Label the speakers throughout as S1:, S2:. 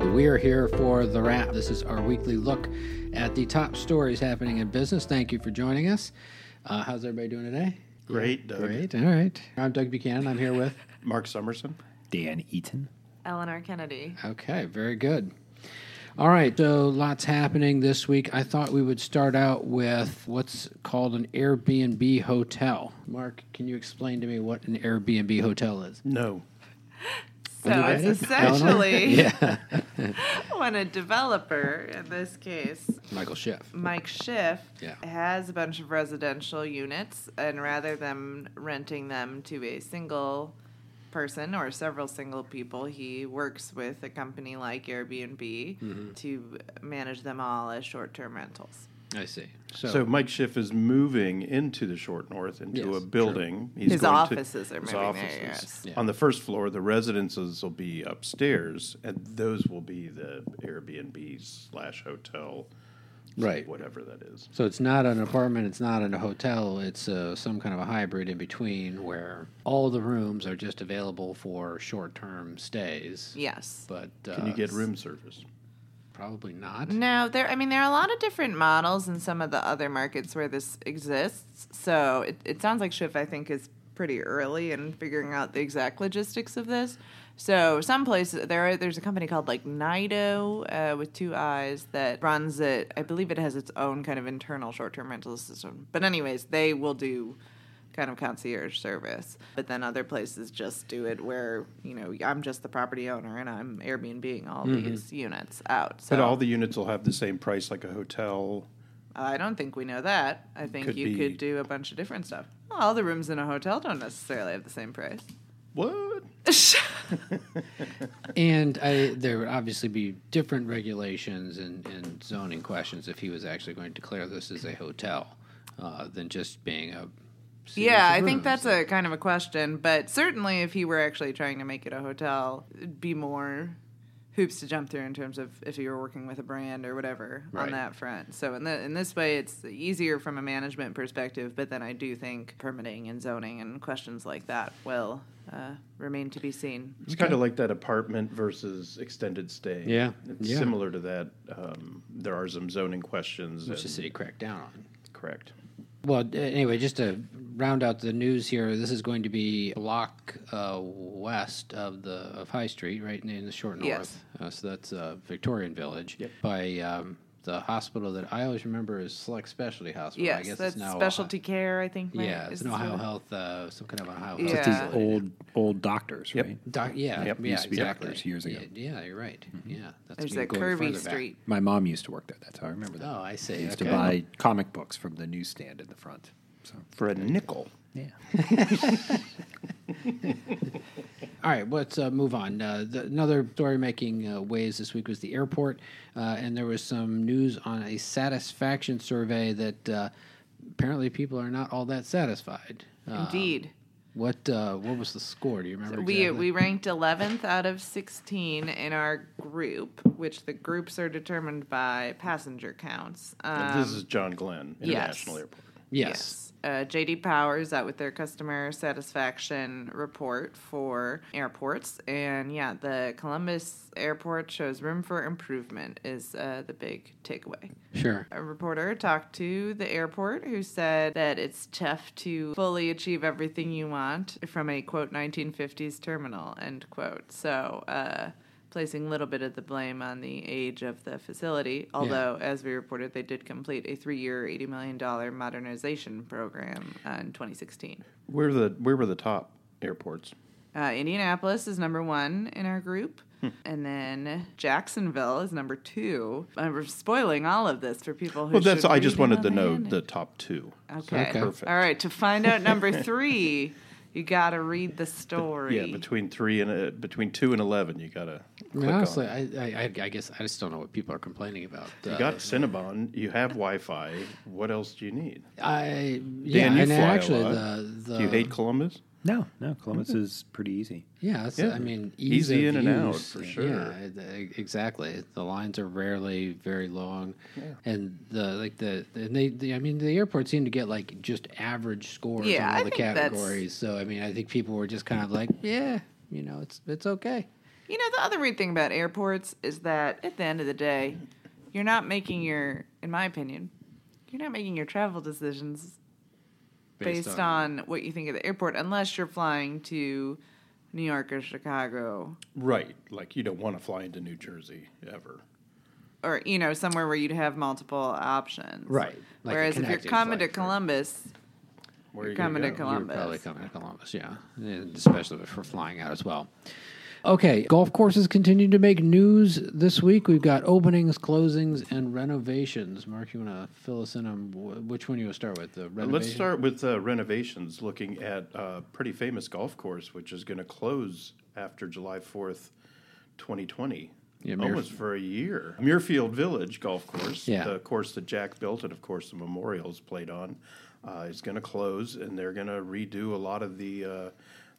S1: You're here for The Wrap. This is our weekly look at the top stories happening in business. Thank you for joining us. Uh, how's everybody doing today?
S2: Great, Doug.
S1: Great. All right. I'm Doug Buchanan. I'm here with.
S2: Mark Summerson.
S3: Dan Eaton.
S4: Eleanor Kennedy.
S1: Okay, very good. All right, so lots happening this week. I thought we would start out with what's called an Airbnb hotel. Mark, can you explain to me what an Airbnb hotel is?
S2: No.
S4: So it's
S1: Eleanor?
S4: essentially
S1: yeah,
S4: when a developer, in this case,
S1: Michael Schiff.
S4: Mike Schiff,
S1: Yeah.
S4: has a bunch of residential units, and rather than renting them to a single person or several single people, he works with a company like Airbnb
S1: Mm-hmm.
S4: to manage them all as short term rentals.
S1: I see. So,
S2: So, Mike Schiff is moving into the Short North into
S1: Yes,
S2: a
S1: sure.
S2: building. He's
S4: His
S2: going to-
S4: offices are
S2: his
S4: moving there,
S2: offices.
S4: yes.
S1: Yeah.
S2: On the first floor, the residences will be upstairs, and those will be the Airbnb slash hotel,
S1: right.
S2: whatever that is.
S1: So it's not an apartment. It's not in a hotel. It's uh, some kind of a hybrid in between where all the rooms are just available for short-term stays.
S4: Yes.
S1: But uh,
S2: Can you get room service?
S1: Probably not.
S4: No, there. I mean, there are a lot of different models in some of the other markets where this exists. So it, it sounds like Schiff, I think, is pretty early in figuring out the exact logistics of this. So some places there are, there's a company called like Nido uh, with two eyes that runs it. I believe it has its own kind of internal short-term rental system. But anyways, they will do kind of concierge service. But then other places just do it where, you know, I'm just the property owner and I'm Airbnbing all these units out. So
S2: But all the units will have the same price like a hotel.
S4: I don't think we know that. I think
S2: Could
S4: you
S2: be-
S4: could do a bunch of different stuff. All the rooms in a hotel don't necessarily have the same price.
S2: What?
S1: And I, there would obviously be different regulations and, and zoning questions if he was actually going to declare this as a hotel uh, than just being a. series
S4: yeah,
S1: of
S4: I think
S1: rooms.
S4: that's a kind of a question, but certainly if he were actually trying to make it a hotel, it'd be more hoops to jump through in terms of if you were working with a brand or whatever
S1: Right.
S4: on that front. So in the, in this way it's easier from a management perspective, but then I do think permitting and zoning and questions like that will uh, remain to be seen.
S2: It's kind of like that apartment versus extended stay.
S1: Yeah,
S2: It's
S1: yeah.
S2: similar to that. Um, there are some zoning questions.
S1: Which the
S2: and-
S1: city cracked down on.
S2: Correct.
S1: Well, d- anyway, just to round out the news here, this is going to be block uh, west of the of High Street, right in, in the short north.
S4: Yes.
S1: Uh, so that's uh, Victorian Village
S2: Yep.
S1: by um, the hospital that I always remember is Select Specialty Hospital. I
S4: yes,
S1: guess
S4: that's
S1: it's now
S4: specialty care, I think. might-
S1: yeah, it's
S4: is
S1: an
S4: what
S1: Ohio
S4: it-
S1: Health, uh, some kind of Ohio
S4: Yeah.
S1: Health.
S4: Just these
S1: facility.
S3: Old old doctors,
S2: Yep.
S3: right?
S1: Doc, yeah,
S2: Yep,
S1: yeah,
S3: used to be
S1: exactly.
S3: doctors years ago. Mm-hmm.
S1: Yeah, yeah, you're right. Yeah, that's
S4: There's
S1: even
S4: that
S1: going
S4: curvy
S1: further back.
S4: street.
S3: My mom used to work there. That's how I remember that.
S1: Oh, I see.
S3: She used
S1: okay.
S3: to buy comic books from the newsstand in the front. So
S2: For a nickel.
S3: yeah,
S1: All right, let's uh, move on. Uh, the, another story making uh, waves this week was the airport, uh, and there was some news on a satisfaction survey that uh, apparently people are not all that satisfied. Uh,
S4: Indeed.
S1: what uh, what was the score? Do you remember?
S4: we
S1: exactly?
S4: we ranked 11th out of 16 in our group, which the groups are determined by passenger counts. Um,
S2: And this is John Glenn International
S4: yes.
S2: Airport.
S1: Uh, yes.
S4: Uh, JD Power is out with their customer satisfaction report for airports, and yeah, the Columbus airport shows room for improvement is uh, the big takeaway.
S1: sure.
S4: a reporter talked to the airport who said that it's tough to fully achieve everything you want from a quote 1950s terminal end quote so uh placing a little bit of the blame on the age of the facility although as we reported they did complete a three-year $80 million modernization program uh, in 2016
S2: Where the where were the top airports?
S4: uh, Indianapolis is number one in our group.
S2: Hmm.
S4: And then Jacksonville is number two. Uh, we're spoiling all of this for people who.
S2: Well, that's
S4: should
S2: I
S4: read
S2: just
S4: it
S2: wanted
S4: on
S2: to
S4: the
S2: know
S4: internet.
S2: the top two.
S4: Okay.
S1: Okay.
S2: Perfect.
S4: All right. To find out number three, you got to read the story.
S2: Yeah, between three and uh, between two and eleven, you gotta.
S1: I mean, honestly, uh, I, I, I I guess I just don't know what people are complaining about.
S2: You got Cinnabon. You have Wi-Fi. What else do you need?
S1: I yeah,
S2: Dan, you
S1: and
S2: fly
S1: actually
S2: a lot.
S1: the the
S2: do you hate Columbus?
S3: no, no. Columbus is pretty easy.
S1: yeah, it's,
S2: Yeah.
S1: I mean ease
S2: Easy
S1: of
S2: in and out,
S1: use.
S2: for
S1: Yeah,
S2: sure.
S1: Yeah, e- exactly. The lines are rarely very long, and the like the and they the, I mean the airport seemed to get like just average scores
S4: Yeah,
S1: on all
S4: I
S1: the
S4: think that's-
S1: categories. So I mean I think people were just kind of like yeah, you know it's it's okay.
S4: You know, the other weird thing about airports is that at the end of the day, you're not making your, in my opinion, you're not making your travel decisions based, on, what you think of the airport unless you're flying to New York or Chicago
S2: Right. Like you don't want to fly into New Jersey ever.
S4: or, you know, somewhere where you'd have multiple options.
S1: Right, like a
S4: Whereas if you're
S1: connecting
S4: coming to
S1: flight for-
S4: Columbus,
S2: Where are
S4: You're
S2: you
S4: coming to
S2: go?
S4: Columbus.
S1: You're probably coming to Columbus, yeah, and especially for flying out as well. Okay, golf courses continue to make news this week. We've got openings, closings, and renovations. Mark, you want to fill us in on wh- which one you want to start with? The renovation?
S2: Let's start with uh, renovations, looking at a pretty famous golf course, which is going to close after July 4th, 2020.
S1: Yeah, Muir-
S2: Almost for a year. Muirfield Village Golf Course,
S1: Yeah.
S2: the course that Jack built and, of course, the memorials played on, uh, is going to close, and they're going to redo a lot of the uh,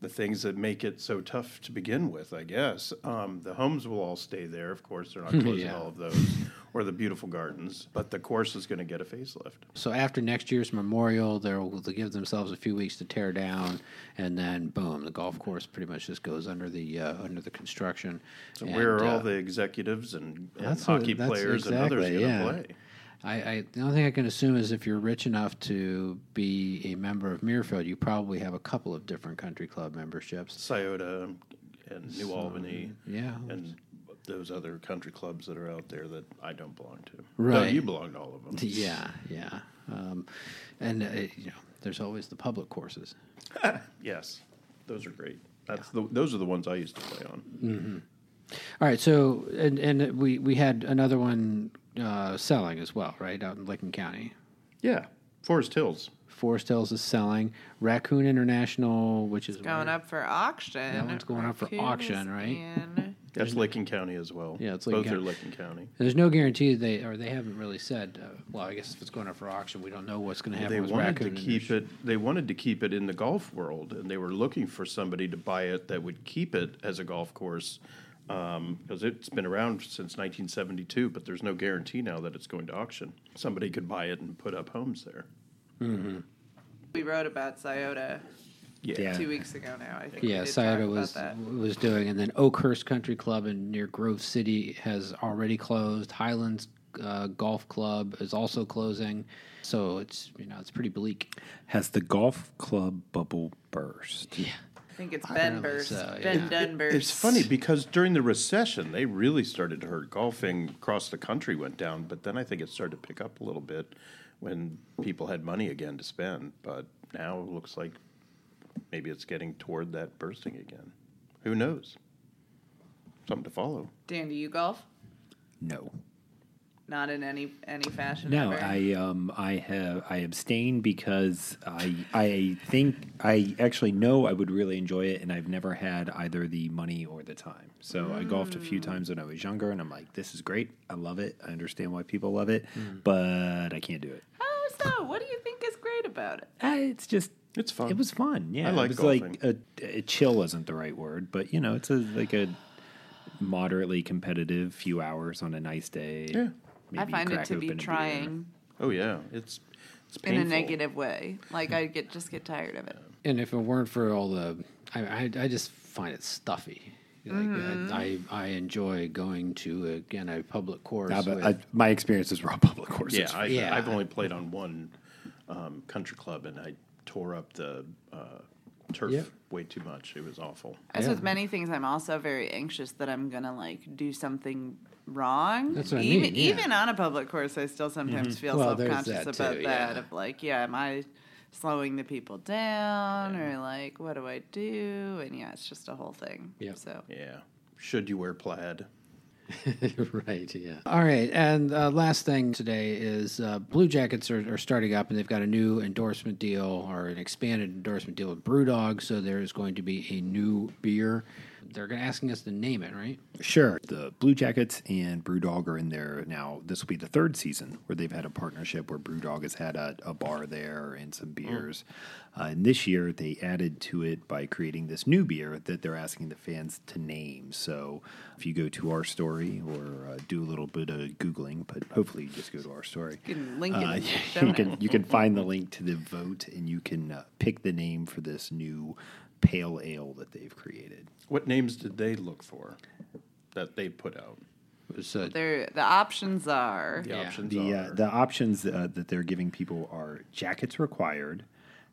S2: the things that make it so tough to begin with, I guess. Um, the homes will all stay there. Of course, they're not closing
S1: Yeah.
S2: all of those or the beautiful gardens, but the course is going to get a facelift.
S1: So after next year's memorial, they'll, they'll give themselves a few weeks to tear down, and then boom, the golf course pretty much just goes under the uh, under the construction.
S2: So
S1: And,
S2: where are all
S1: uh,
S2: the executives and, and
S1: that's
S2: hockey
S1: what- that's
S2: players and others going
S1: exactly,
S2: to
S1: yeah.
S2: play?
S1: I, I the only thing I can assume is if you're rich enough to be a member of Muirfield, you probably have a couple of different country club memberships.
S2: Scioto and New Albany,
S1: yeah.
S2: and those other country clubs that are out there that I don't belong to. No,
S1: Right.
S2: you belong to all of them.
S1: Yeah, yeah, um, and uh, you know, there's always the public courses.
S2: Yes, those are great. That's the, those are the ones I used to play
S1: Mm.
S2: on.
S1: All right, so and and we we had another one uh, selling as well, right, out in Licking County.
S2: Yeah, Forest Hills.
S1: Forest Hills is selling. Raccoon International, which is
S4: going
S1: where-
S4: up for auction.
S1: That one's going up for
S4: Raccoons
S1: auction, right?
S4: and-
S2: That's Licking County as well.
S1: Yeah, it's Licking
S2: both are
S1: County.
S2: Licking County.
S1: There's no guarantee they or they haven't really said. Uh, well, I guess if it's going up for auction, we don't know what's going to happen.
S2: They
S1: with
S2: wanted to
S1: Raccoon
S2: keep it. They wanted to keep it in the golf world, and they were looking for somebody to buy it that would keep it as a golf course, because it's been around since 1972. But there's no guarantee now that it's going to auction. Somebody could buy it and put up homes there.
S4: We wrote about Sciota
S3: Yeah.
S4: two weeks ago now. I think. we
S1: Yeah,
S4: did
S1: Scioto
S4: talk
S1: was
S4: About that.
S1: was doing, and then Oakhurst Country Club in near Grove City has already closed. Highlands uh, Golf Club is also closing, so it's you know it's pretty bleak.
S3: Has the golf club bubble burst?
S1: Yeah,
S4: I think it's
S1: know
S4: Ben
S1: if
S4: Burst.
S1: it's, uh,
S4: ben
S1: yeah.
S4: Dunburst.
S2: It's funny because during the recession, they really started to hurt. Golfing across the country went down, but then I think it started to pick up a little bit when people had money again to spend. But now it looks like maybe it's getting toward that bursting again. Who knows? Something to follow.
S4: Dan, do you golf?
S3: No.
S4: Not in any any fashion.
S3: No,
S4: ever?
S3: I um I have I abstain because I I think I actually know I would really enjoy it and I've never had either the money or the time. So I golfed a few times when I was younger and I'm like this is great. I love it. I understand why people love it, but I can't do it.
S4: Oh, so what do you think is great about it?
S3: Uh, it's just
S2: It's fun.
S3: It was fun. Yeah,
S2: I like
S3: it was like a, a chill isn't the right word, but you know, it's a like a moderately competitive few hours on a nice day.
S2: Yeah.
S4: I
S3: Maybe
S4: find it
S3: crack
S4: to be
S3: open a beer.
S4: trying
S2: Oh yeah, it's it's
S4: in
S2: painful.
S4: a negative way. Like I get just get tired of it.
S1: and if it weren't for all the, I I, I just find it stuffy. Like I, I I enjoy going to again a public course.
S3: Nah,
S1: with-
S3: but I, my experiences were on public courses.
S2: Yeah, I,
S1: Yeah.
S2: I've only played on one um, country club, and I tore up the uh, turf
S1: Yep.
S2: way too much. It was awful.
S4: As
S1: Yeah.
S4: with many things, I'm also very anxious that I'm gonna like do something wrong.
S1: That's what I
S4: even,
S1: mean, yeah. Mm-hmm.
S4: Even on a public course, I still sometimes feel
S1: Well, there's
S4: self-conscious
S1: that
S4: about
S1: too,
S4: that.
S1: yeah.
S4: Of like, yeah, am I slowing the people down, or like, what do I do? And yeah, it's just a whole thing.
S1: Yeah.
S4: So
S2: Yeah. Should you wear plaid?
S1: right, yeah. All right, and uh, last thing today is uh, Blue Jackets are, are starting up, and they've got a new endorsement deal or an expanded endorsement deal with BrewDog. So there is going to be a new beer. They're gonna- asking us to name it, right?
S3: Sure. The Blue Jackets and Brewdog are in there now. This will be the third season where they've had a partnership where Brewdog has had a, a bar there and some beers. Uh, and this year they added to it by creating this new beer that they're asking the fans to name. So if you go to our story or uh, do a little bit of Googling, but hopefully you just go to our story.
S4: you can link it.
S3: Uh,
S4: in the show
S3: you
S4: notes.
S3: can you can find the link to the vote and you can uh, pick the name for this new pale ale that they've created.
S2: What names did they look for that they put out?
S1: It's, uh,
S4: There, the options are
S2: The
S1: Yeah.
S2: options
S3: The
S2: are
S3: uh, the options uh, that they're giving people are jackets required,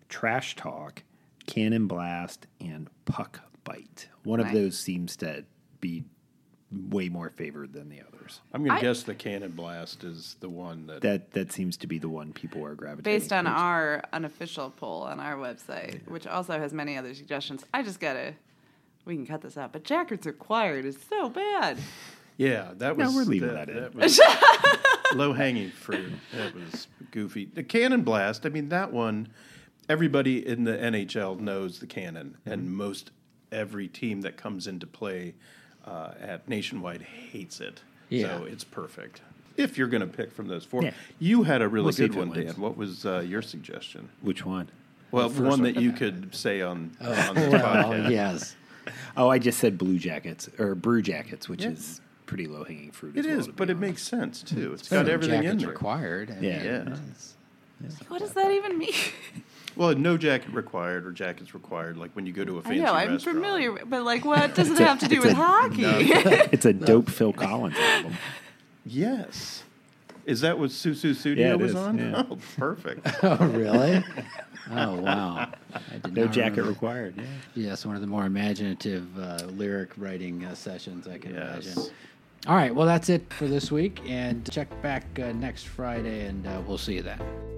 S3: trash talk, cannon blast, and puck bite. One of
S4: Right.
S3: those seems to be way more favored than the others.
S2: I'm going
S4: I-
S2: to guess the cannon blast is the one that,
S3: That that seems to be the one people are gravitating.
S4: based on
S3: towards.
S4: our unofficial poll on our website, which also has many other suggestions. I just gotta, we can cut this out, but jackets required is so bad.
S2: Yeah, that
S3: No,
S2: was.
S3: we're leaving that in.
S2: was low hanging fruit. That was goofy. The cannon blast. I mean, that one. Everybody in the NHL knows the cannon, and
S3: Mm-hmm.
S2: most every team that comes into play uh, at Nationwide hates it.
S1: Yeah.
S2: So it's perfect. If you're going to pick from those four,
S3: Yeah.
S2: you had a really
S3: We'll see
S2: good
S3: if it
S2: one,
S3: wins.
S2: Dan. What was uh, your suggestion?
S3: which one?
S2: Well, one, that you could say on, on this
S1: well,
S2: podcast.
S1: yes.
S3: Oh, I just said blue jackets or brew jackets, which
S2: Yeah.
S3: is pretty low hanging fruit.
S2: It
S3: as well,
S2: is,
S3: to be
S2: but it
S3: honest.
S2: makes sense too. It's got everything in
S1: Jackets
S2: there.
S1: required. I
S3: Yeah.
S1: mean,
S2: Yeah.
S1: it's-
S4: What does that even mean?
S2: Well, no jacket required or jackets required. Like when you go to a
S4: I
S2: fancy
S4: know I'm
S2: restaurant.
S4: familiar, with- but like, what does it have to do
S3: it's
S4: with
S3: a-
S4: hockey?
S3: it's a dope Phil Collins album.
S2: Yes. Is that what Susu Studio
S3: Yeah, it
S2: was
S3: is,
S2: on?
S3: yeah.
S2: Oh, perfect.
S1: Oh, really? oh, wow. I did
S3: No
S1: not
S3: jacket
S1: remember.
S3: required. Yeah.
S1: Yes, one of the more imaginative uh, lyric writing uh, sessions I can
S2: Yes.
S1: imagine. All right, well, that's it for this week, and check back uh, next Friday, and uh, we'll see you then.